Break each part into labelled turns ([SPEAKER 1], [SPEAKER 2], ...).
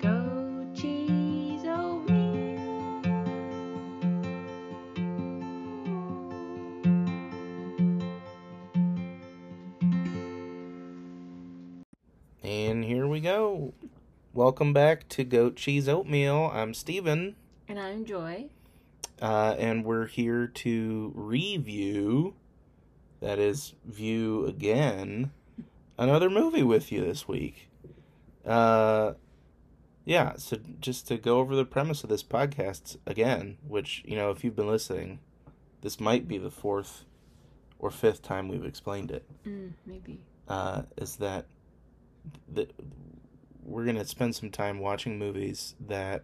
[SPEAKER 1] Go cheese o
[SPEAKER 2] And here we go. Welcome back to Goat Cheese Oatmeal. I'm Steven,
[SPEAKER 1] And I'm Joy.
[SPEAKER 2] uh, and we're here to review, that is, view again, another movie with you this week. Uh, yeah, so just to go over the premise of this podcast again, which, you know, if you've been listening, this might be the fourth or fifth time we've explained it.
[SPEAKER 1] Mm, maybe.
[SPEAKER 2] uh, is that th- we're gonna spend some time watching movies that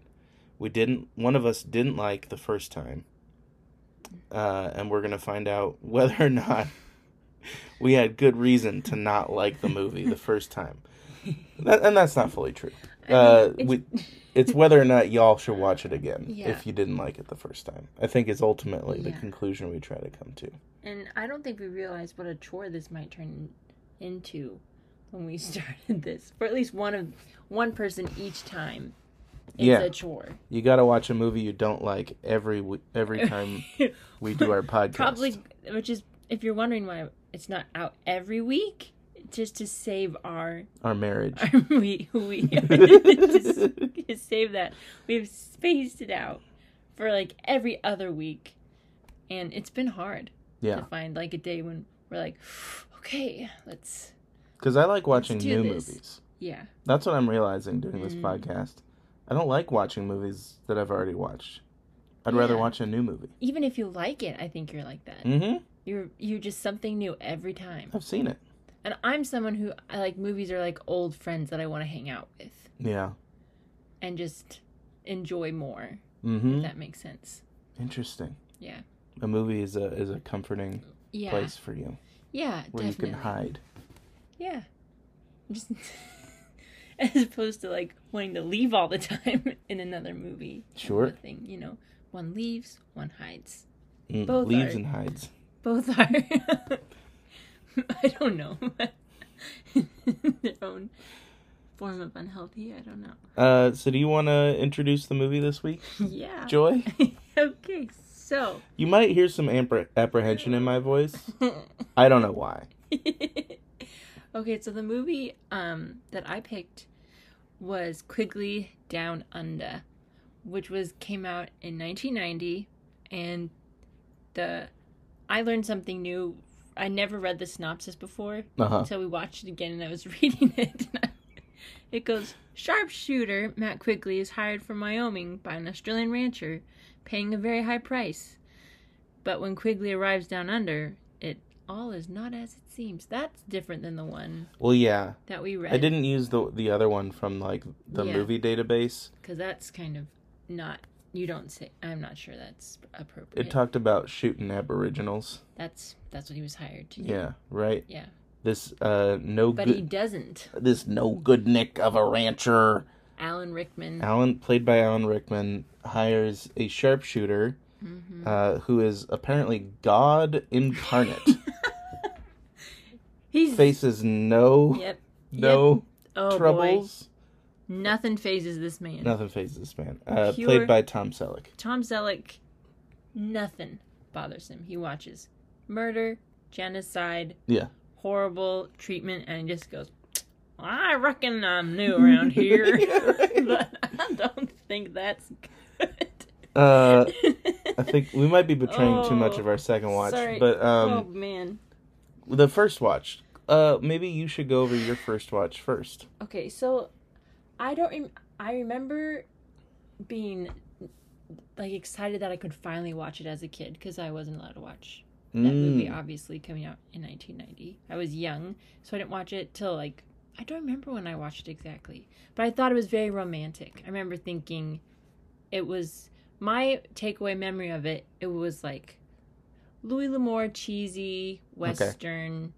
[SPEAKER 2] we didn't one of us didn't like the first time, uh, and we're gonna find out whether or not we had good reason to not like the movie the first time. That, and that's not fully true.
[SPEAKER 1] I mean,
[SPEAKER 2] Uh,
[SPEAKER 1] it's-
[SPEAKER 2] we, it's whether or not y'all should watch it again
[SPEAKER 1] Yeah.
[SPEAKER 2] if you didn't like it the first time. I think is ultimately the
[SPEAKER 1] Yeah.
[SPEAKER 2] conclusion we try to come to.
[SPEAKER 1] And I don't think we realized what a chore this might turn into when we started this. For at least one of one person each time. It's
[SPEAKER 2] Yeah.
[SPEAKER 1] a chore.
[SPEAKER 2] You got to watch a movie you don't like every w- every time we do our podcast.
[SPEAKER 1] Probably which is if you're wondering why it's not out every week, just to save our
[SPEAKER 2] our marriage.
[SPEAKER 1] our we we to s- to save that. We've spaced it out for like every other week. And it's been hard
[SPEAKER 2] Yeah,
[SPEAKER 1] to find like a day when we're like, okay, let's
[SPEAKER 2] because I like watching
[SPEAKER 1] do
[SPEAKER 2] new
[SPEAKER 1] this.
[SPEAKER 2] movies.
[SPEAKER 1] yeah.
[SPEAKER 2] That's what I'm realizing doing this
[SPEAKER 1] Mm.
[SPEAKER 2] podcast. I don't like watching movies that I've already watched. I'd rather
[SPEAKER 1] Yeah.
[SPEAKER 2] watch a new movie.
[SPEAKER 1] even if you like it, I think you're like that.
[SPEAKER 2] Mm-hmm.
[SPEAKER 1] You're you're just something new every time.
[SPEAKER 2] I've seen it.
[SPEAKER 1] And I'm someone who I like movies are like old friends that I want to hang out with
[SPEAKER 2] Yeah.
[SPEAKER 1] and just enjoy more.
[SPEAKER 2] Mm-hmm.
[SPEAKER 1] If that makes sense.
[SPEAKER 2] Interesting.
[SPEAKER 1] Yeah.
[SPEAKER 2] A movie is a is a comforting
[SPEAKER 1] Yeah.
[SPEAKER 2] place for you
[SPEAKER 1] Yeah,
[SPEAKER 2] where
[SPEAKER 1] definitely.
[SPEAKER 2] you can hide.
[SPEAKER 1] Yeah. Just as opposed to like wanting to leave all the time in another movie.
[SPEAKER 2] Sure.
[SPEAKER 1] Kind of Thing, you know. One leaves, one hides.
[SPEAKER 2] Mm,
[SPEAKER 1] Both
[SPEAKER 2] leaves
[SPEAKER 1] are.
[SPEAKER 2] and hides.
[SPEAKER 1] Both are. I don't know. Their own form of unhealthy. I don't know.
[SPEAKER 2] Uh, so do you want to introduce the movie this week,
[SPEAKER 1] Yeah.
[SPEAKER 2] Joy?
[SPEAKER 1] okay, so.
[SPEAKER 2] You might hear some ampre- apprehension in my voice. I don't know why.
[SPEAKER 1] okay, so the movie um, that I picked was Quigley Down Under, which was came out in 1990, and the I learned something new. I never read the synopsis before,
[SPEAKER 2] Uh huh.
[SPEAKER 1] So we watched it again, and I was reading it. And I, it goes Sharpshooter Matt Quigley is hired from Wyoming by an Australian rancher, paying a very high price. But when Quigley arrives down under, it all is not as it seems. That's different than the one
[SPEAKER 2] Well, yeah.
[SPEAKER 1] that we read.
[SPEAKER 2] I didn't use the the other one from like the
[SPEAKER 1] Yeah.
[SPEAKER 2] movie database.
[SPEAKER 1] Because that's kind of not. You don't say. I'm not sure that's appropriate.
[SPEAKER 2] It talked about shooting aboriginals.
[SPEAKER 1] that's that's what he was hired to do.
[SPEAKER 2] Yeah, right.
[SPEAKER 1] Yeah.
[SPEAKER 2] This uh no
[SPEAKER 1] But he
[SPEAKER 2] good
[SPEAKER 1] doesn't.
[SPEAKER 2] this no good nick of a rancher.
[SPEAKER 1] Alan Rickman.
[SPEAKER 2] Alan played by Alan Rickman hires a sharpshooter
[SPEAKER 1] hmm
[SPEAKER 2] uh who is apparently god incarnate.
[SPEAKER 1] He's.
[SPEAKER 2] Faces no
[SPEAKER 1] Yep.
[SPEAKER 2] no
[SPEAKER 1] Oh boy.
[SPEAKER 2] troubles.
[SPEAKER 1] Nothing phases this man.
[SPEAKER 2] Nothing phases this man. Uh
[SPEAKER 1] Pure-
[SPEAKER 2] played by Tom Selleck.
[SPEAKER 1] Tom Selleck, nothing bothers him. He watches murder, genocide,
[SPEAKER 2] Yeah.
[SPEAKER 1] horrible treatment, and just goes, I reckon I'm new around here.
[SPEAKER 2] Yeah, right.
[SPEAKER 1] but I don't think that's good.
[SPEAKER 2] Uh I think we might be betraying too much
[SPEAKER 1] Oh,
[SPEAKER 2] of our second watch,
[SPEAKER 1] sorry.
[SPEAKER 2] but um
[SPEAKER 1] oh, man.
[SPEAKER 2] the first watch. Uh, maybe you should go over your first watch first.
[SPEAKER 1] Okay, so I don't. Rem- I remember being like excited that I could finally watch it as a kid because I wasn't allowed to watch that movie
[SPEAKER 2] Mm.
[SPEAKER 1] obviously coming out in 1990 i was young so i didn't watch it till like i don't remember when i watched it exactly but i thought it was very romantic i remember thinking it was my takeaway memory of it it was like louis l'amour cheesy western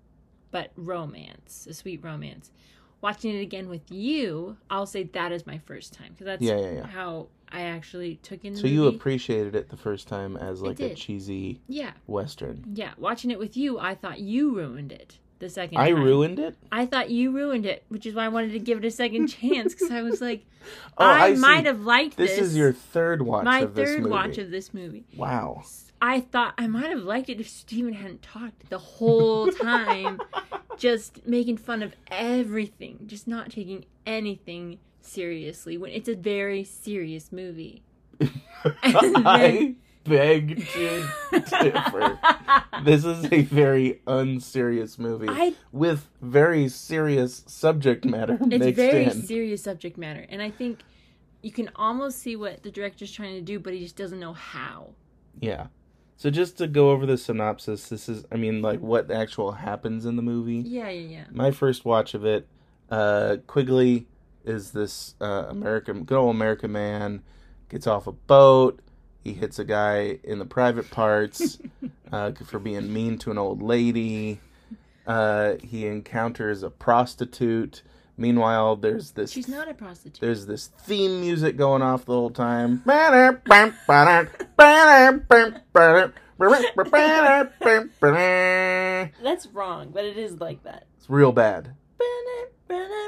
[SPEAKER 1] but romance a sweet romance watching it again with you i'll say that is my first time because that's
[SPEAKER 2] Yeah, yeah, yeah.
[SPEAKER 1] how i actually took in the
[SPEAKER 2] So you
[SPEAKER 1] movie.
[SPEAKER 2] appreciated it the first time as like a
[SPEAKER 1] did.
[SPEAKER 2] cheesy
[SPEAKER 1] yeah
[SPEAKER 2] western.
[SPEAKER 1] yeah, watching it with you, I thought you ruined it. the second.
[SPEAKER 2] I
[SPEAKER 1] time.
[SPEAKER 2] ruined it.
[SPEAKER 1] I thought you ruined it, which is why I wanted to give it a second chance because I was like,
[SPEAKER 2] Oh,
[SPEAKER 1] I,
[SPEAKER 2] I see.
[SPEAKER 1] might have liked this.
[SPEAKER 2] This, is your third watch
[SPEAKER 1] my
[SPEAKER 2] of this
[SPEAKER 1] third
[SPEAKER 2] movie.
[SPEAKER 1] watch of this movie.
[SPEAKER 2] wow.
[SPEAKER 1] I thought I might have liked it if Steven hadn't talked the whole time, just making fun of everything, just not taking anything seriously when it's a very serious movie. And
[SPEAKER 2] I
[SPEAKER 1] then-
[SPEAKER 2] beg to differ. This is a very unserious movie
[SPEAKER 1] I
[SPEAKER 2] with very serious subject matter
[SPEAKER 1] it's
[SPEAKER 2] mixed
[SPEAKER 1] very
[SPEAKER 2] in.
[SPEAKER 1] serious subject matter and I think you can almost see what the director's trying to do but he just doesn't know how.
[SPEAKER 2] yeah. So just to go over the synopsis, this is I mean like what actual happens in the movie.
[SPEAKER 1] Yeah, yeah, yeah.
[SPEAKER 2] my first watch of it, uh, Quigley is this uh, American, good old American man, gets off a boat. He hits a guy in the private parts uh, for being mean to an old lady. Uh, he encounters a prostitute. Meanwhile, there's this
[SPEAKER 1] She's not a prostitute.
[SPEAKER 2] there's this theme music going off the whole time. It's
[SPEAKER 1] That's wrong, but it is like that.
[SPEAKER 2] real bad. Oh,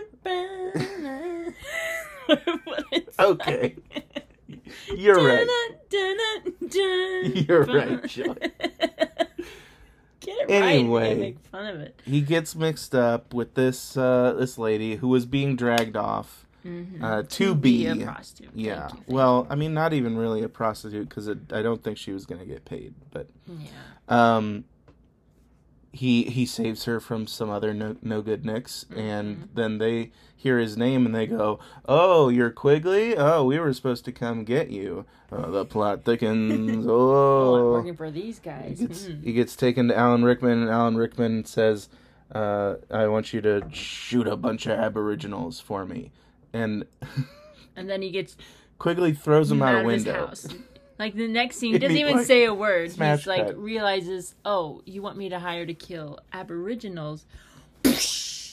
[SPEAKER 1] What it's
[SPEAKER 2] Okay.
[SPEAKER 1] like.
[SPEAKER 2] You're right.
[SPEAKER 1] Dun, dun, dun, dun.
[SPEAKER 2] You're right, Joy.
[SPEAKER 1] Get it right
[SPEAKER 2] Anyway.
[SPEAKER 1] and make fun of it.
[SPEAKER 2] he gets mixed up with this uh, this lady who was being dragged off uh, to, be.
[SPEAKER 1] Mm-hmm. a prostitute. Thank
[SPEAKER 2] yeah.
[SPEAKER 1] you, thank
[SPEAKER 2] Well, I mean, not even really a prostitute because I don't think she was going to get paid. But
[SPEAKER 1] you. yeah.
[SPEAKER 2] um, he he saves her from some other no, no good nicks, and
[SPEAKER 1] Mm-hmm.
[SPEAKER 2] then they hear his name and they go, "Oh, you're Quigley. Oh, we were supposed to come get you." Oh, the plot thickens.
[SPEAKER 1] Well, I'm
[SPEAKER 2] Oh,
[SPEAKER 1] working for these guys.
[SPEAKER 2] he gets,
[SPEAKER 1] Hmm.
[SPEAKER 2] he gets taken to Alan Rickman, and Alan Rickman says, uh, "I want you to shoot a bunch of Aboriginals for me." And
[SPEAKER 1] And then he gets
[SPEAKER 2] Quigley throws him
[SPEAKER 1] out,
[SPEAKER 2] out, a
[SPEAKER 1] of his
[SPEAKER 2] window.
[SPEAKER 1] house. Like the next scene, he doesn't
[SPEAKER 2] It'd be
[SPEAKER 1] even
[SPEAKER 2] like
[SPEAKER 1] say a word.
[SPEAKER 2] smash
[SPEAKER 1] He's like
[SPEAKER 2] cut.
[SPEAKER 1] realizes, oh, you want me to hire to kill Aboriginals?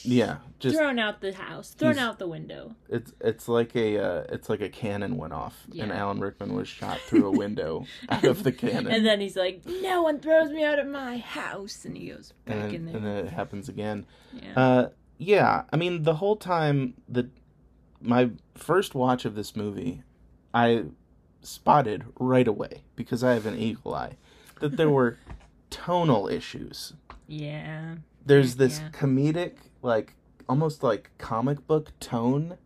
[SPEAKER 2] Yeah, just
[SPEAKER 1] thrown out the house, thrown
[SPEAKER 2] He's-
[SPEAKER 1] out the window.
[SPEAKER 2] it's it's like a uh, it's like a cannon went off, and
[SPEAKER 1] Yeah.
[SPEAKER 2] Alan Rickman was shot through a window out of the cannon,
[SPEAKER 1] And then he's like, "No one throws me out of my house," and he goes back
[SPEAKER 2] And
[SPEAKER 1] in
[SPEAKER 2] then-
[SPEAKER 1] there.
[SPEAKER 2] and then it happens again.
[SPEAKER 1] yeah.
[SPEAKER 2] Uh, yeah, I mean the whole time the my first watch of this movie, I spotted right away because I have an eagle eye that there were tonal issues.
[SPEAKER 1] yeah.
[SPEAKER 2] There's this
[SPEAKER 1] Yeah.
[SPEAKER 2] comedic like almost like comic book tone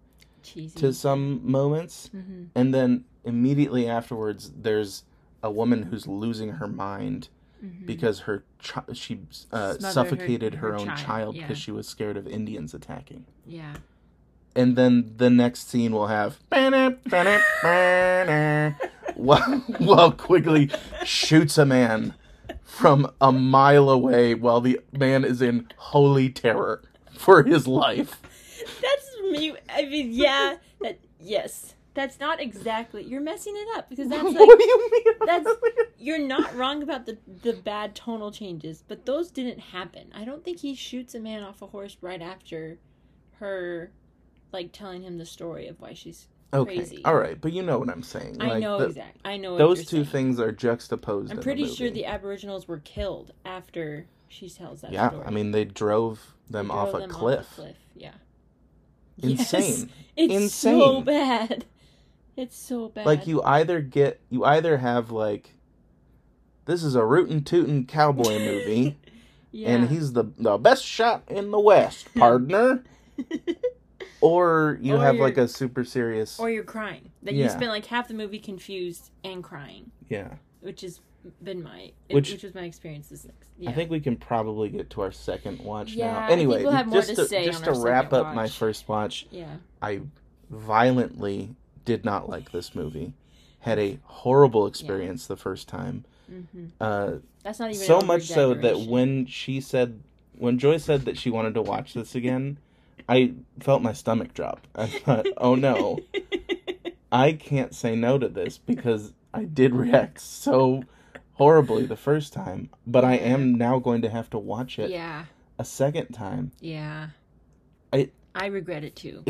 [SPEAKER 1] Cheesy.
[SPEAKER 2] to some moments
[SPEAKER 1] hmm
[SPEAKER 2] and then immediately afterwards there's a woman who's losing her mind
[SPEAKER 1] Mhm.
[SPEAKER 2] because her chi- she uh,
[SPEAKER 1] Smothered her-
[SPEAKER 2] suffocated her,
[SPEAKER 1] her
[SPEAKER 2] own
[SPEAKER 1] child,
[SPEAKER 2] child
[SPEAKER 1] yeah.
[SPEAKER 2] because she was scared of Indians attacking.
[SPEAKER 1] Yeah.
[SPEAKER 2] and then the next scene will have while, while Quigley shoots a man from a mile away while the man is in holy terror for his life.
[SPEAKER 1] That's me. I mean, yeah. That, yes. That's not exactly. You're messing it up because that's like
[SPEAKER 2] what do you mean?
[SPEAKER 1] that's- you're not wrong about the the bad tonal changes, but those didn't happen. I don't think he shoots a man off a horse right after her, like telling him the story of why she's.
[SPEAKER 2] okay.
[SPEAKER 1] crazy.
[SPEAKER 2] All right, but you know what I'm saying.
[SPEAKER 1] I
[SPEAKER 2] Like,
[SPEAKER 1] know
[SPEAKER 2] the-
[SPEAKER 1] exactly. I know what
[SPEAKER 2] Those
[SPEAKER 1] you're
[SPEAKER 2] two
[SPEAKER 1] saying.
[SPEAKER 2] things are juxtaposed. in
[SPEAKER 1] I'm
[SPEAKER 2] the
[SPEAKER 1] pretty sure
[SPEAKER 2] movie.
[SPEAKER 1] the Aboriginals were killed after she tells that
[SPEAKER 2] yeah.
[SPEAKER 1] story.
[SPEAKER 2] I mean, they drove them,
[SPEAKER 1] They
[SPEAKER 2] off,
[SPEAKER 1] drove
[SPEAKER 2] a
[SPEAKER 1] them off
[SPEAKER 2] cliff.
[SPEAKER 1] Yeah. Yes.
[SPEAKER 2] Insane.
[SPEAKER 1] It's so
[SPEAKER 2] Insane.
[SPEAKER 1] bad. It's so bad.
[SPEAKER 2] Like you either get you either have like this is a rootin' tootin' cowboy movie
[SPEAKER 1] yeah.
[SPEAKER 2] and he's the the best shot in the West, partner. or you
[SPEAKER 1] Or
[SPEAKER 2] have
[SPEAKER 1] you're-
[SPEAKER 2] like a super serious
[SPEAKER 1] or you're crying. That
[SPEAKER 2] Yeah.
[SPEAKER 1] you spend like half the movie confused and crying,
[SPEAKER 2] yeah.
[SPEAKER 1] which has been my
[SPEAKER 2] Which-
[SPEAKER 1] which, was my experience this next. Yeah.
[SPEAKER 2] I think we can probably get to our second watch
[SPEAKER 1] Yeah, I
[SPEAKER 2] now.
[SPEAKER 1] think
[SPEAKER 2] Anyway,
[SPEAKER 1] we'll have more
[SPEAKER 2] just
[SPEAKER 1] to
[SPEAKER 2] to,
[SPEAKER 1] say
[SPEAKER 2] just
[SPEAKER 1] on
[SPEAKER 2] to
[SPEAKER 1] our
[SPEAKER 2] wrap
[SPEAKER 1] second
[SPEAKER 2] up my
[SPEAKER 1] watch.
[SPEAKER 2] first watch,
[SPEAKER 1] yeah.
[SPEAKER 2] I violently did not like this movie. Had a horrible experience the first time.
[SPEAKER 1] hmm
[SPEAKER 2] Uh
[SPEAKER 1] That's not even
[SPEAKER 2] so
[SPEAKER 1] an
[SPEAKER 2] much so that
[SPEAKER 1] over-exaggeration.
[SPEAKER 2] when she said when joy said that she wanted to watch this again i felt my stomach drop i thought oh no i can't say no to this because i did react so horribly the first time but i am now going to have to watch it
[SPEAKER 1] yeah,
[SPEAKER 2] a second time
[SPEAKER 1] yeah.
[SPEAKER 2] I-
[SPEAKER 1] I regret it too.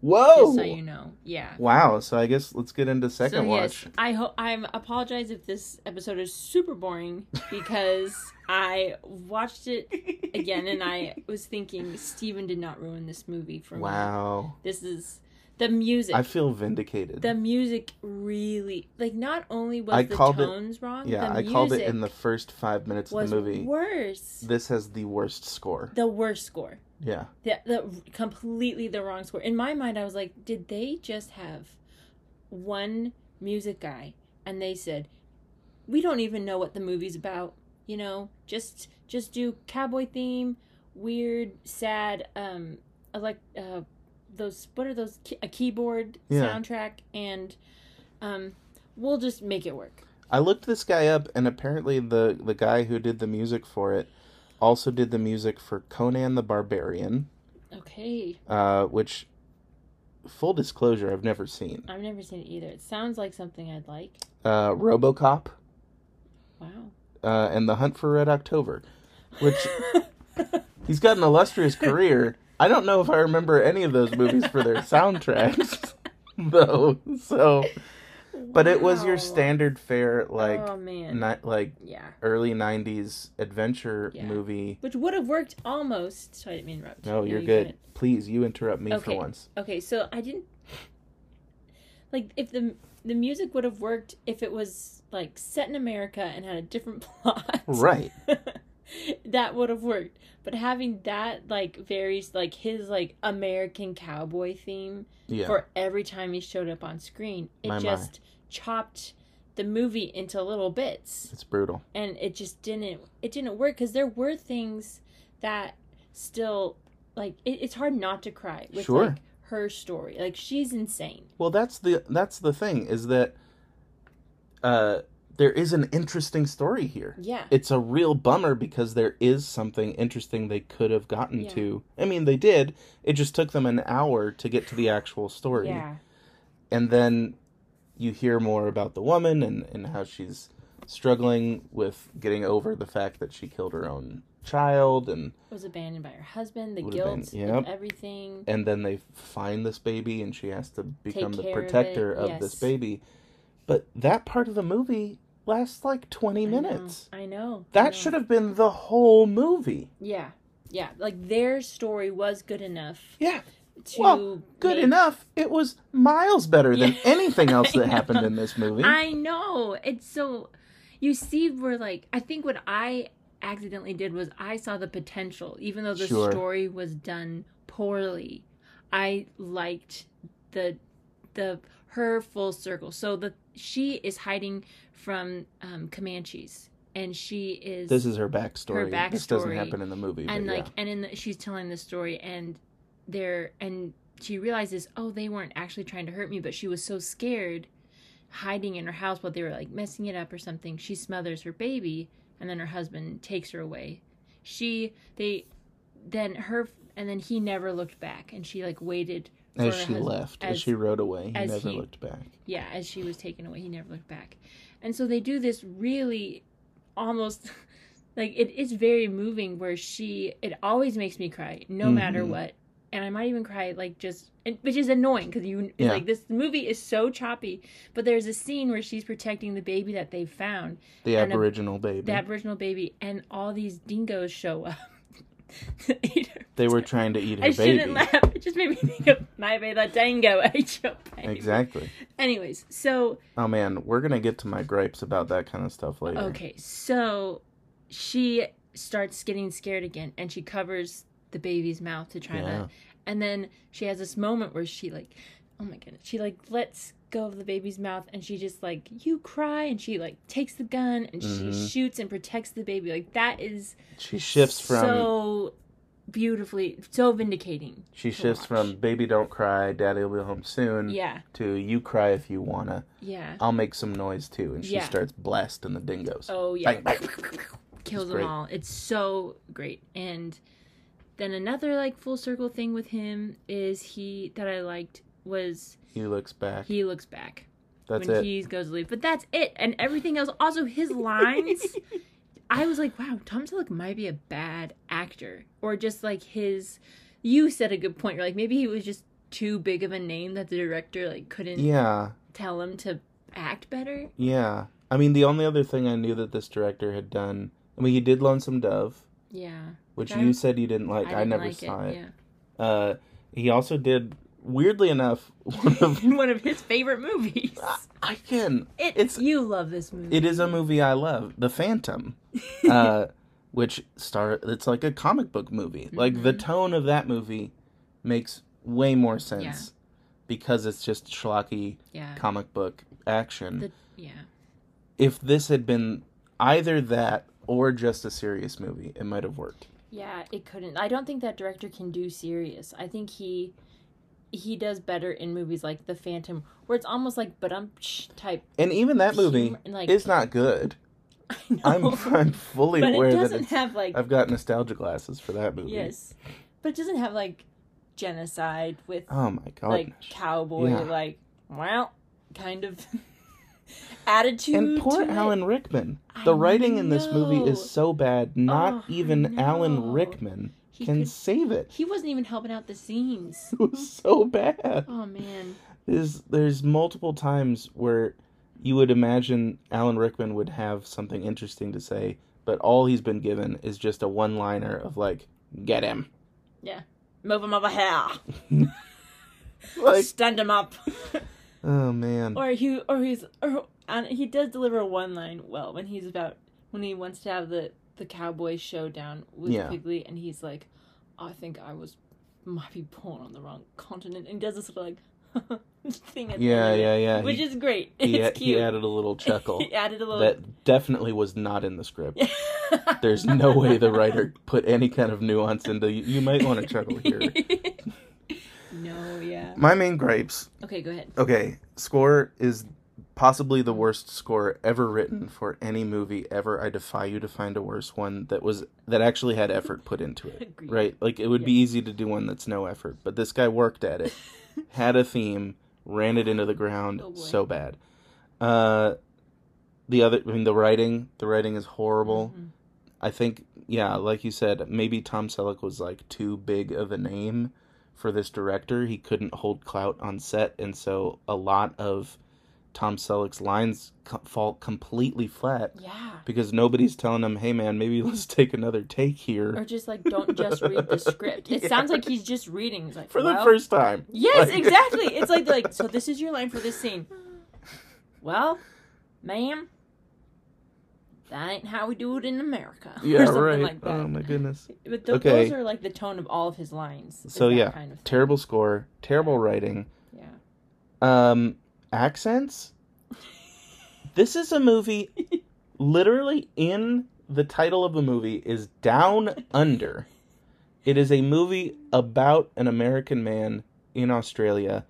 [SPEAKER 2] Whoa!
[SPEAKER 1] Just so you know. Yeah.
[SPEAKER 2] Wow. So I guess let's get into second
[SPEAKER 1] so,
[SPEAKER 2] watch.
[SPEAKER 1] Yes, I hope I'm apologize if this episode is super boring because I watched it again and I was thinking Steven did not ruin this movie for me.
[SPEAKER 2] Wow.
[SPEAKER 1] This is the music.
[SPEAKER 2] I feel vindicated.
[SPEAKER 1] the music really like not only was
[SPEAKER 2] I
[SPEAKER 1] the
[SPEAKER 2] called it-
[SPEAKER 1] tones wrong,
[SPEAKER 2] yeah,
[SPEAKER 1] the
[SPEAKER 2] I called it in the
[SPEAKER 1] music
[SPEAKER 2] first five minutes of
[SPEAKER 1] was
[SPEAKER 2] the movie.
[SPEAKER 1] worse.
[SPEAKER 2] This has the worst score.
[SPEAKER 1] The worst score.
[SPEAKER 2] Yeah.
[SPEAKER 1] the, the completely the wrong score. In my mind, I was like, did they just have one music guy and they said, we don't even know what the movie's about, you know, just just do cowboy theme, weird, sad, um, elect, uh, those what are those ki- a keyboard
[SPEAKER 2] Yeah.
[SPEAKER 1] soundtrack and, um, we'll just make it work.
[SPEAKER 2] I looked this guy up, and apparently the the guy who did the music for it also did the music for Conan the Barbarian,
[SPEAKER 1] Okay,
[SPEAKER 2] uh, which, full disclosure, I've never seen.
[SPEAKER 1] I've never seen it either. It sounds like something I'd like.
[SPEAKER 2] Uh, RoboCop,
[SPEAKER 1] Wow.
[SPEAKER 2] uh, and The Hunt for Red October, which he's got an illustrious career. I don't know if I remember any of those movies for their soundtracks, though. So, but it was your
[SPEAKER 1] Wow.
[SPEAKER 2] standard fare, like
[SPEAKER 1] oh man
[SPEAKER 2] ni- like
[SPEAKER 1] yeah
[SPEAKER 2] early '90s adventure
[SPEAKER 1] Yeah.
[SPEAKER 2] movie.
[SPEAKER 1] which would have worked almost so i didn't mean to interrupt
[SPEAKER 2] No,
[SPEAKER 1] you.
[SPEAKER 2] you're
[SPEAKER 1] you
[SPEAKER 2] good.
[SPEAKER 1] couldn't.
[SPEAKER 2] Please, you interrupt me for
[SPEAKER 1] Okay.
[SPEAKER 2] once.
[SPEAKER 1] okay so i didn't like if the the music would have worked if it was like set in america and had a different plot
[SPEAKER 2] Right.
[SPEAKER 1] that would have worked but having that like varies like his like american cowboy theme
[SPEAKER 2] Yeah.
[SPEAKER 1] for every time he showed up on screen it
[SPEAKER 2] My, my.
[SPEAKER 1] just chopped the movie into little bits
[SPEAKER 2] it's brutal.
[SPEAKER 1] and it just didn't it didn't work because there were things that still like it, it's hard not to cry with
[SPEAKER 2] Sure.
[SPEAKER 1] like her story like she's insane
[SPEAKER 2] Well, that's the that's the thing is that uh there is an interesting story here.
[SPEAKER 1] yeah
[SPEAKER 2] It's a real bummer because there is something interesting they could have gotten
[SPEAKER 1] Yeah.
[SPEAKER 2] to. I mean, they did. It just took them an hour to get to the actual story.
[SPEAKER 1] yeah
[SPEAKER 2] And then you hear more about the woman and and how she's struggling with getting over the fact that she killed her own child and
[SPEAKER 1] was abandoned by her husband the
[SPEAKER 2] Would've been-
[SPEAKER 1] guilt
[SPEAKER 2] yep.
[SPEAKER 1] of everything
[SPEAKER 2] and then they find this baby and she has to become the
[SPEAKER 1] care of
[SPEAKER 2] protector
[SPEAKER 1] it,
[SPEAKER 2] of, this
[SPEAKER 1] yes.
[SPEAKER 2] baby but that part of the movie lasts like 20 minutes
[SPEAKER 1] i know, I know I know.
[SPEAKER 2] that should have been the whole movie
[SPEAKER 1] yeah yeah like their story was good enough
[SPEAKER 2] yeah
[SPEAKER 1] to
[SPEAKER 2] Well, good
[SPEAKER 1] make-
[SPEAKER 2] enough it was miles better than
[SPEAKER 1] Yeah.
[SPEAKER 2] anything else
[SPEAKER 1] I
[SPEAKER 2] that happened
[SPEAKER 1] know.
[SPEAKER 2] in this movie
[SPEAKER 1] I know. It's so you see where like I think what I accidentally did was I saw the potential even though the
[SPEAKER 2] Sure.
[SPEAKER 1] story was done poorly. I liked the the her full circle. So the she is hiding from um Comanches and she is
[SPEAKER 2] this is her backstory.
[SPEAKER 1] Her
[SPEAKER 2] this doesn't
[SPEAKER 1] backstory.
[SPEAKER 2] happen in the movie
[SPEAKER 1] and
[SPEAKER 2] but
[SPEAKER 1] like and in the, she's telling the story and there and she realizes oh they weren't actually trying to hurt me but she was so scared hiding in her house while they were like messing it up or something she smothers her baby and then her husband takes her away she they then her and then he never looked back and she like waited for
[SPEAKER 2] yeah. as
[SPEAKER 1] her
[SPEAKER 2] she
[SPEAKER 1] husband-
[SPEAKER 2] left as,
[SPEAKER 1] as-
[SPEAKER 2] she rode away he
[SPEAKER 1] as
[SPEAKER 2] never
[SPEAKER 1] he-
[SPEAKER 2] looked back
[SPEAKER 1] yeah, as she was taken away, he never looked back. And so they do this really almost like it is very moving where she it always makes me cry no matter
[SPEAKER 2] Mhm.
[SPEAKER 1] what. And I might even cry like just and, which is annoying cuz you
[SPEAKER 2] Yeah.
[SPEAKER 1] like this movie is so choppy, but there's a scene where she's protecting the baby that they found,
[SPEAKER 2] the
[SPEAKER 1] and a-
[SPEAKER 2] aboriginal baby
[SPEAKER 1] the aboriginal baby, and all these dingoes show up. to eat her.
[SPEAKER 2] they were trying to eat her
[SPEAKER 1] I
[SPEAKER 2] baby
[SPEAKER 1] shouldn't laugh. It just made me think of my baby, the dingo ate your baby.
[SPEAKER 2] exactly
[SPEAKER 1] Anyways, so
[SPEAKER 2] Oh man, we're gonna get to my gripes about that kind of stuff later.
[SPEAKER 1] Okay, so she starts getting scared again and she covers the baby's mouth to try
[SPEAKER 2] Yeah.
[SPEAKER 1] to and then she has this moment where she like oh my goodness, she like lets go of the baby's mouth and she just like you cry and she like takes the gun and she
[SPEAKER 2] Mhm.
[SPEAKER 1] shoots and protects the baby. Like that is
[SPEAKER 2] She shifts from
[SPEAKER 1] so beautifully so vindicating.
[SPEAKER 2] she
[SPEAKER 1] to
[SPEAKER 2] shifts from
[SPEAKER 1] watch.
[SPEAKER 2] baby don't cry, daddy will be home soon
[SPEAKER 1] Yeah.
[SPEAKER 2] to you cry if you wanna.
[SPEAKER 1] Yeah.
[SPEAKER 2] I'll make some noise too, and she
[SPEAKER 1] Yeah.
[SPEAKER 2] starts blasting the dingoes.
[SPEAKER 1] Oh yeah.
[SPEAKER 2] Bang, bang.
[SPEAKER 1] kills
[SPEAKER 2] It's
[SPEAKER 1] them
[SPEAKER 2] great.
[SPEAKER 1] all. It's so great. And then another like full circle thing with him is he that I liked was
[SPEAKER 2] He looks back.
[SPEAKER 1] he looks back
[SPEAKER 2] That's
[SPEAKER 1] when
[SPEAKER 2] it.
[SPEAKER 1] he goes to leave. But that's it. And everything else also his lines I was like, wow, Tom Selleck might be a bad actor. Or just like his you said a good point. You're like maybe he was just too big of a name that the director like couldn't
[SPEAKER 2] Yeah.
[SPEAKER 1] tell him to act better.
[SPEAKER 2] Yeah. I mean, the only other thing I knew that this director had done, I mean, he did Lonesome Dove,
[SPEAKER 1] Yeah,
[SPEAKER 2] which
[SPEAKER 1] Okay.
[SPEAKER 2] you said you didn't like. I,
[SPEAKER 1] didn't
[SPEAKER 2] never
[SPEAKER 1] like
[SPEAKER 2] saw
[SPEAKER 1] it.
[SPEAKER 2] it. Uh, he also did, weirdly enough, one of.
[SPEAKER 1] Yeah. One of his favorite movies.
[SPEAKER 2] I can.
[SPEAKER 1] It,
[SPEAKER 2] It's-
[SPEAKER 1] you love this movie.
[SPEAKER 2] It is a movie I love, The Phantom, uh, which star. It's like a comic book movie. Like
[SPEAKER 1] Mm-hmm.
[SPEAKER 2] the tone of that movie makes way more sense because it's just schlocky
[SPEAKER 1] yeah,
[SPEAKER 2] comic book action.
[SPEAKER 1] The- yeah.
[SPEAKER 2] if this had been either that or just a serious movie, it might have worked.
[SPEAKER 1] Yeah, it couldn't. I don't think that director can do serious. I think he he does better in movies like The Phantom, where it's almost like but um type.
[SPEAKER 2] And even that movie
[SPEAKER 1] humor- like
[SPEAKER 2] is not good.
[SPEAKER 1] I know,
[SPEAKER 2] I'm I'm fully
[SPEAKER 1] but it
[SPEAKER 2] aware that
[SPEAKER 1] doesn't
[SPEAKER 2] it's,
[SPEAKER 1] have like
[SPEAKER 2] I've got nostalgia glasses for that movie.
[SPEAKER 1] yes, but it doesn't have like genocide with
[SPEAKER 2] Oh my god.
[SPEAKER 1] like cowboy
[SPEAKER 2] Yeah.
[SPEAKER 1] like well kind of attitude.
[SPEAKER 2] and poor
[SPEAKER 1] to it.
[SPEAKER 2] Alan Rickman.
[SPEAKER 1] I
[SPEAKER 2] The writing in this movie
[SPEAKER 1] know.
[SPEAKER 2] is so bad. Not
[SPEAKER 1] Oh, I
[SPEAKER 2] even
[SPEAKER 1] know.
[SPEAKER 2] Alan Rickman
[SPEAKER 1] He
[SPEAKER 2] can
[SPEAKER 1] could-
[SPEAKER 2] save it.
[SPEAKER 1] he wasn't even helping out the scenes.
[SPEAKER 2] It was so bad.
[SPEAKER 1] Oh man,
[SPEAKER 2] There's there's multiple times where you would imagine Alan Rickman would have something interesting to say, but all he's been given is just a one-liner of like "get him."
[SPEAKER 1] move him over here,
[SPEAKER 2] Like,
[SPEAKER 1] stand him up.
[SPEAKER 2] oh man,
[SPEAKER 1] or he or he's or and he does deliver one line well when he's about when he wants to have the the cowboy showdown with
[SPEAKER 2] Yeah.
[SPEAKER 1] Pigley and he's like, I think I was might be born on the wrong continent and he does this sort of like thing at the
[SPEAKER 2] yeah,
[SPEAKER 1] end of it,
[SPEAKER 2] yeah, yeah.
[SPEAKER 1] which
[SPEAKER 2] He,
[SPEAKER 1] is great.
[SPEAKER 2] he
[SPEAKER 1] it's
[SPEAKER 2] a-
[SPEAKER 1] cute.
[SPEAKER 2] he added a little chuckle
[SPEAKER 1] He added a little.
[SPEAKER 2] that definitely was not in the script. There's no way the writer put any kind of nuance into you you might want to chuckle here.
[SPEAKER 1] no, yeah.
[SPEAKER 2] My main gripes.
[SPEAKER 1] Okay, go ahead.
[SPEAKER 2] Okay, score is possibly the worst score ever written for any movie ever. I defy you to find a worse one that was that actually had effort put into it.
[SPEAKER 1] Agreed.
[SPEAKER 2] Right? Like it would be easy to do one that's no effort, but this guy worked at it. had a theme, ran it into the ground
[SPEAKER 1] Oh, boy.
[SPEAKER 2] so bad. Uh the other I mean the writing, the writing is horrible.
[SPEAKER 1] Mhm.
[SPEAKER 2] I think, yeah, like you said, maybe Tom Selleck was like too big of a name for this director. He couldn't hold clout on set, and so a lot of Tom Selleck's lines co- fall completely flat
[SPEAKER 1] Yeah.
[SPEAKER 2] because nobody's telling him, "Hey, man, maybe let's take another take
[SPEAKER 1] Or
[SPEAKER 2] here
[SPEAKER 1] just like don't just read the script. It sounds like he's just reading. He's like
[SPEAKER 2] for the
[SPEAKER 1] well,
[SPEAKER 2] first time."
[SPEAKER 1] Yes,
[SPEAKER 2] Like-
[SPEAKER 1] exactly. It's like they're like so this is your line for this scene. Well, ma'am, that ain't how we do it in America. or
[SPEAKER 2] Yeah,
[SPEAKER 1] something
[SPEAKER 2] right.
[SPEAKER 1] like that.
[SPEAKER 2] Oh my goodness.
[SPEAKER 1] But th-
[SPEAKER 2] Okay.
[SPEAKER 1] those are like the tone of all of his lines. is
[SPEAKER 2] So,
[SPEAKER 1] that
[SPEAKER 2] yeah.
[SPEAKER 1] kind of thing.
[SPEAKER 2] Terrible score, terrible writing.
[SPEAKER 1] yeah.
[SPEAKER 2] Um, accents. This is a movie. literally in the title of the movie is Down Under. It is a movie about an American man in Australia.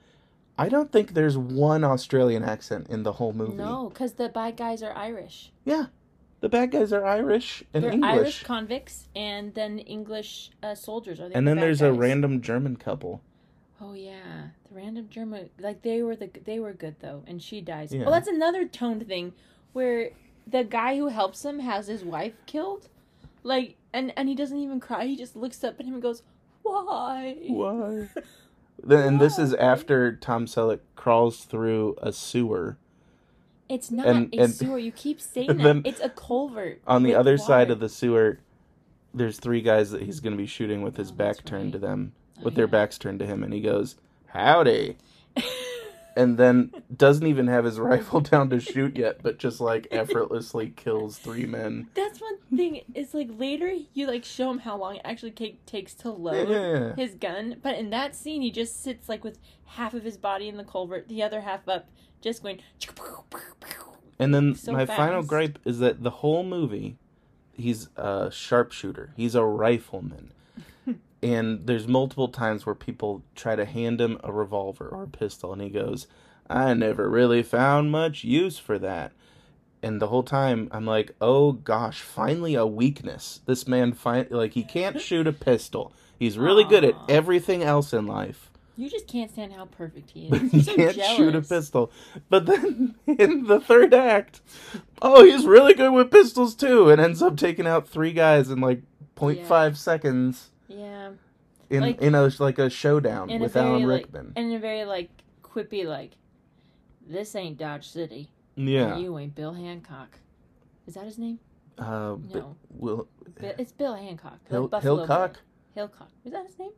[SPEAKER 2] I don't think there's one Australian accent in the whole movie.
[SPEAKER 1] No, because the bad guys are Irish.
[SPEAKER 2] The bad guys are Irish and
[SPEAKER 1] They're
[SPEAKER 2] English.
[SPEAKER 1] Irish convicts and then English uh, soldiers. Are they
[SPEAKER 2] and then
[SPEAKER 1] the bad
[SPEAKER 2] there's a
[SPEAKER 1] guys?
[SPEAKER 2] random German couple.
[SPEAKER 1] Oh yeah, the random German like they were the they were good though, and she dies.
[SPEAKER 2] Yeah.
[SPEAKER 1] Well, that's another toned thing where the guy who helps him has his wife killed, like and and he doesn't even cry. He just looks up at him and goes, "Why?"
[SPEAKER 2] Why? Then and this is
[SPEAKER 1] Why?
[SPEAKER 2] after Tom Selleck crawls through a sewer.
[SPEAKER 1] It's not
[SPEAKER 2] And-
[SPEAKER 1] a
[SPEAKER 2] and-
[SPEAKER 1] sewer. You keep saying that.
[SPEAKER 2] then-
[SPEAKER 1] it's a culvert.
[SPEAKER 2] On the
[SPEAKER 1] with
[SPEAKER 2] other side
[SPEAKER 1] water.
[SPEAKER 2] of the sewer, there's three guys that he's going to be shooting with his
[SPEAKER 1] Oh, that's
[SPEAKER 2] back turned to
[SPEAKER 1] right.
[SPEAKER 2] them.
[SPEAKER 1] Oh,
[SPEAKER 2] with their
[SPEAKER 1] yeah.
[SPEAKER 2] backs turned to him and he goes, Howdy. and then doesn't even have his rifle down to shoot yet, but just like effortlessly kills three men.
[SPEAKER 1] That's one thing. It's like later you like show him how long it actually take, takes to load.
[SPEAKER 2] Yeah.
[SPEAKER 1] his gun, but in that scene, he just sits like with half of his body in the culvert, the other half up, just going.
[SPEAKER 2] And then
[SPEAKER 1] So
[SPEAKER 2] my final
[SPEAKER 1] fast.
[SPEAKER 2] gripe is that the whole movie, he's a sharpshooter, he's a rifleman. and there's multiple times where people try to hand him a revolver or a pistol, and he goes, I never really found much use for that. And the whole time, I'm like, oh gosh, finally a weakness. This man, fin- like, he can't shoot a pistol. He's really good at
[SPEAKER 1] Aw.
[SPEAKER 2] everything else in life
[SPEAKER 1] You just can't stand how perfect he
[SPEAKER 2] but
[SPEAKER 1] is.
[SPEAKER 2] he
[SPEAKER 1] You're so
[SPEAKER 2] can't shoot a
[SPEAKER 1] jealous.
[SPEAKER 2] pistol. But then in the third act, oh, he's really good with pistols too, and ends up taking out three guys in like 0.5 seconds.
[SPEAKER 1] Yeah,
[SPEAKER 2] in
[SPEAKER 1] Like-
[SPEAKER 2] in a like a showdown
[SPEAKER 1] in a
[SPEAKER 2] with
[SPEAKER 1] very,
[SPEAKER 2] Alan
[SPEAKER 1] like-
[SPEAKER 2] Rickman.
[SPEAKER 1] And in a very like quippy like, this ain't Dodge City. and
[SPEAKER 2] yeah.
[SPEAKER 1] You ain't Bill Hancock. Is that his name?
[SPEAKER 2] Uh, Bi-
[SPEAKER 1] No.
[SPEAKER 2] Will
[SPEAKER 1] Bi- It's Bill Hancock. like
[SPEAKER 2] Hill,
[SPEAKER 1] Buffalo Bill.
[SPEAKER 2] Hillcock,
[SPEAKER 1] Hillcock. Is that his name?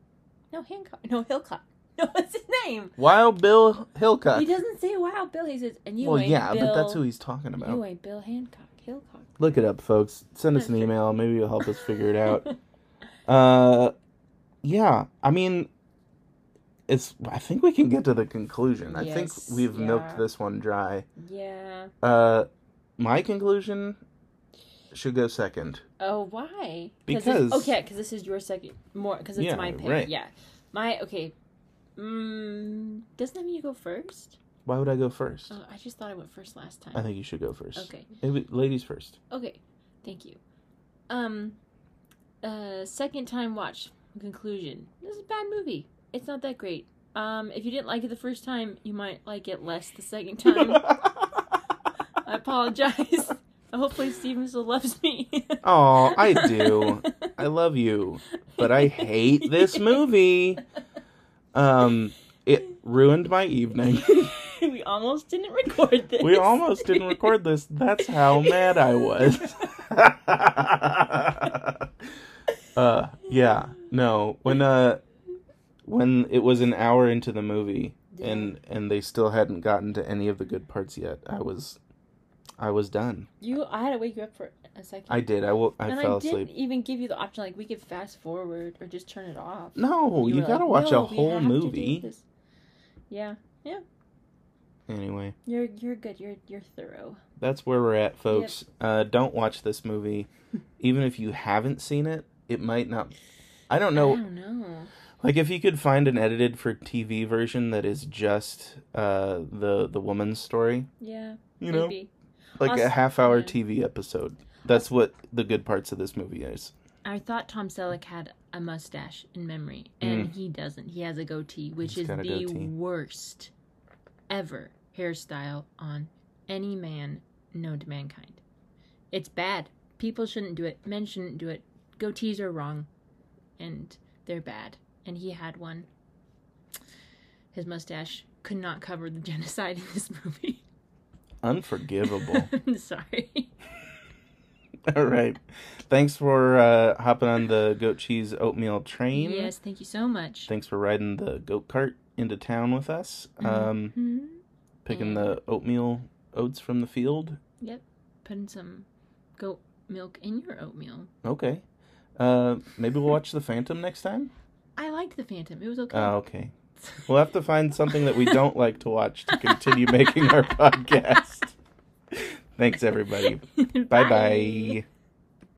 [SPEAKER 1] No, Hancock. No, Hillcock. No, what's his name?
[SPEAKER 2] Wild Bill
[SPEAKER 1] He
[SPEAKER 2] Hillcock.
[SPEAKER 1] doesn't say wow, Bill. He says, and you
[SPEAKER 2] well,
[SPEAKER 1] ain't
[SPEAKER 2] yeah,
[SPEAKER 1] Bill.
[SPEAKER 2] but that's who he's talking about.
[SPEAKER 1] You ain't Bill Hancock. Hillcock.
[SPEAKER 2] Look it up, folks. Send us an email. Maybe it'll help us figure it out. Uh, yeah. I mean, it's. I think we can get to the conclusion. I think
[SPEAKER 1] Yes,
[SPEAKER 2] we've milked
[SPEAKER 1] yeah.
[SPEAKER 2] this one dry.
[SPEAKER 1] yeah.
[SPEAKER 2] Uh, my conclusion should go second.
[SPEAKER 1] Oh, why?
[SPEAKER 2] Because-
[SPEAKER 1] it's, okay, because this is your second more because it's
[SPEAKER 2] Yeah,
[SPEAKER 1] my pick.
[SPEAKER 2] right.
[SPEAKER 1] Yeah, my okay. Mm, doesn't that mean you go first?
[SPEAKER 2] Why would I go first?
[SPEAKER 1] Oh, I just thought I went first last time.
[SPEAKER 2] I think you should go first.
[SPEAKER 1] okay,
[SPEAKER 2] Maybe ladies first.
[SPEAKER 1] okay, thank you. Um, uh, second time watch conclusion. This is a bad movie. It's not that great. Um, if you didn't like it the first time, you might like it less the second time. I apologize. Hopefully, Steven still loves me.
[SPEAKER 2] Oh, I do. I love you, but I hate this movie. Um, it ruined my evening.
[SPEAKER 1] we almost didn't record this.
[SPEAKER 2] We almost didn't record this. That's how mad I was. uh, yeah, no. When uh, when it was an hour into the movie
[SPEAKER 1] Yeah.
[SPEAKER 2] and and they still hadn't gotten to any of the good parts yet, I was, I was done.
[SPEAKER 1] you, I had to wake you up for a second.
[SPEAKER 2] I did. I will. I
[SPEAKER 1] and
[SPEAKER 2] fell
[SPEAKER 1] I didn't e-,
[SPEAKER 2] asleep.
[SPEAKER 1] even give you the option like we could fast forward or just turn it off.
[SPEAKER 2] No, you,
[SPEAKER 1] were
[SPEAKER 2] gotta
[SPEAKER 1] like,
[SPEAKER 2] watch
[SPEAKER 1] "No,
[SPEAKER 2] a
[SPEAKER 1] we
[SPEAKER 2] whole
[SPEAKER 1] have to do
[SPEAKER 2] movie.
[SPEAKER 1] this." Yeah,
[SPEAKER 2] Anyway,
[SPEAKER 1] you're you're good. You're you're thorough.
[SPEAKER 2] that's where we're at, folks. Uh, don't watch this movie, even if you haven't seen it. It might not. I don't know.
[SPEAKER 1] I don't know.
[SPEAKER 2] Like if you could find an edited for TV version that is just uh the the woman's story,
[SPEAKER 1] Yeah,
[SPEAKER 2] you know,
[SPEAKER 1] maybe.
[SPEAKER 2] like a
[SPEAKER 1] Also-
[SPEAKER 2] half hour
[SPEAKER 1] yeah.
[SPEAKER 2] TV episode. That's what the good parts of this movie is.
[SPEAKER 1] I thought Tom Selleck had a mustache in memory, and he doesn't. He has a goatee, which
[SPEAKER 2] Mm. He's
[SPEAKER 1] is
[SPEAKER 2] got
[SPEAKER 1] the
[SPEAKER 2] a goatee.
[SPEAKER 1] worst ever hairstyle on any man known to mankind. It's bad. People shouldn't do it. Men shouldn't do it. Goatees are wrong, and they're bad. And he had one. His mustache could not cover the genocide in this movie.
[SPEAKER 2] Unforgivable.
[SPEAKER 1] I'm sorry.
[SPEAKER 2] All right. Thanks for uh hopping on the goat cheese oatmeal train.
[SPEAKER 1] Yes, thank you so much.
[SPEAKER 2] Thanks for riding the goat cart into town with us. Um
[SPEAKER 1] Mhm.
[SPEAKER 2] picking the
[SPEAKER 1] Mm-hmm.
[SPEAKER 2] oatmeal oats from the field.
[SPEAKER 1] Yep. Putting some goat milk in your oatmeal.
[SPEAKER 2] Okay. Uh maybe we'll watch The Phantom next time.
[SPEAKER 1] I liked the Phantom. It was okay.
[SPEAKER 2] Oh, okay. We'll have to find something that we don't like to watch to continue making our podcast. Thanks, everybody. Bye bye.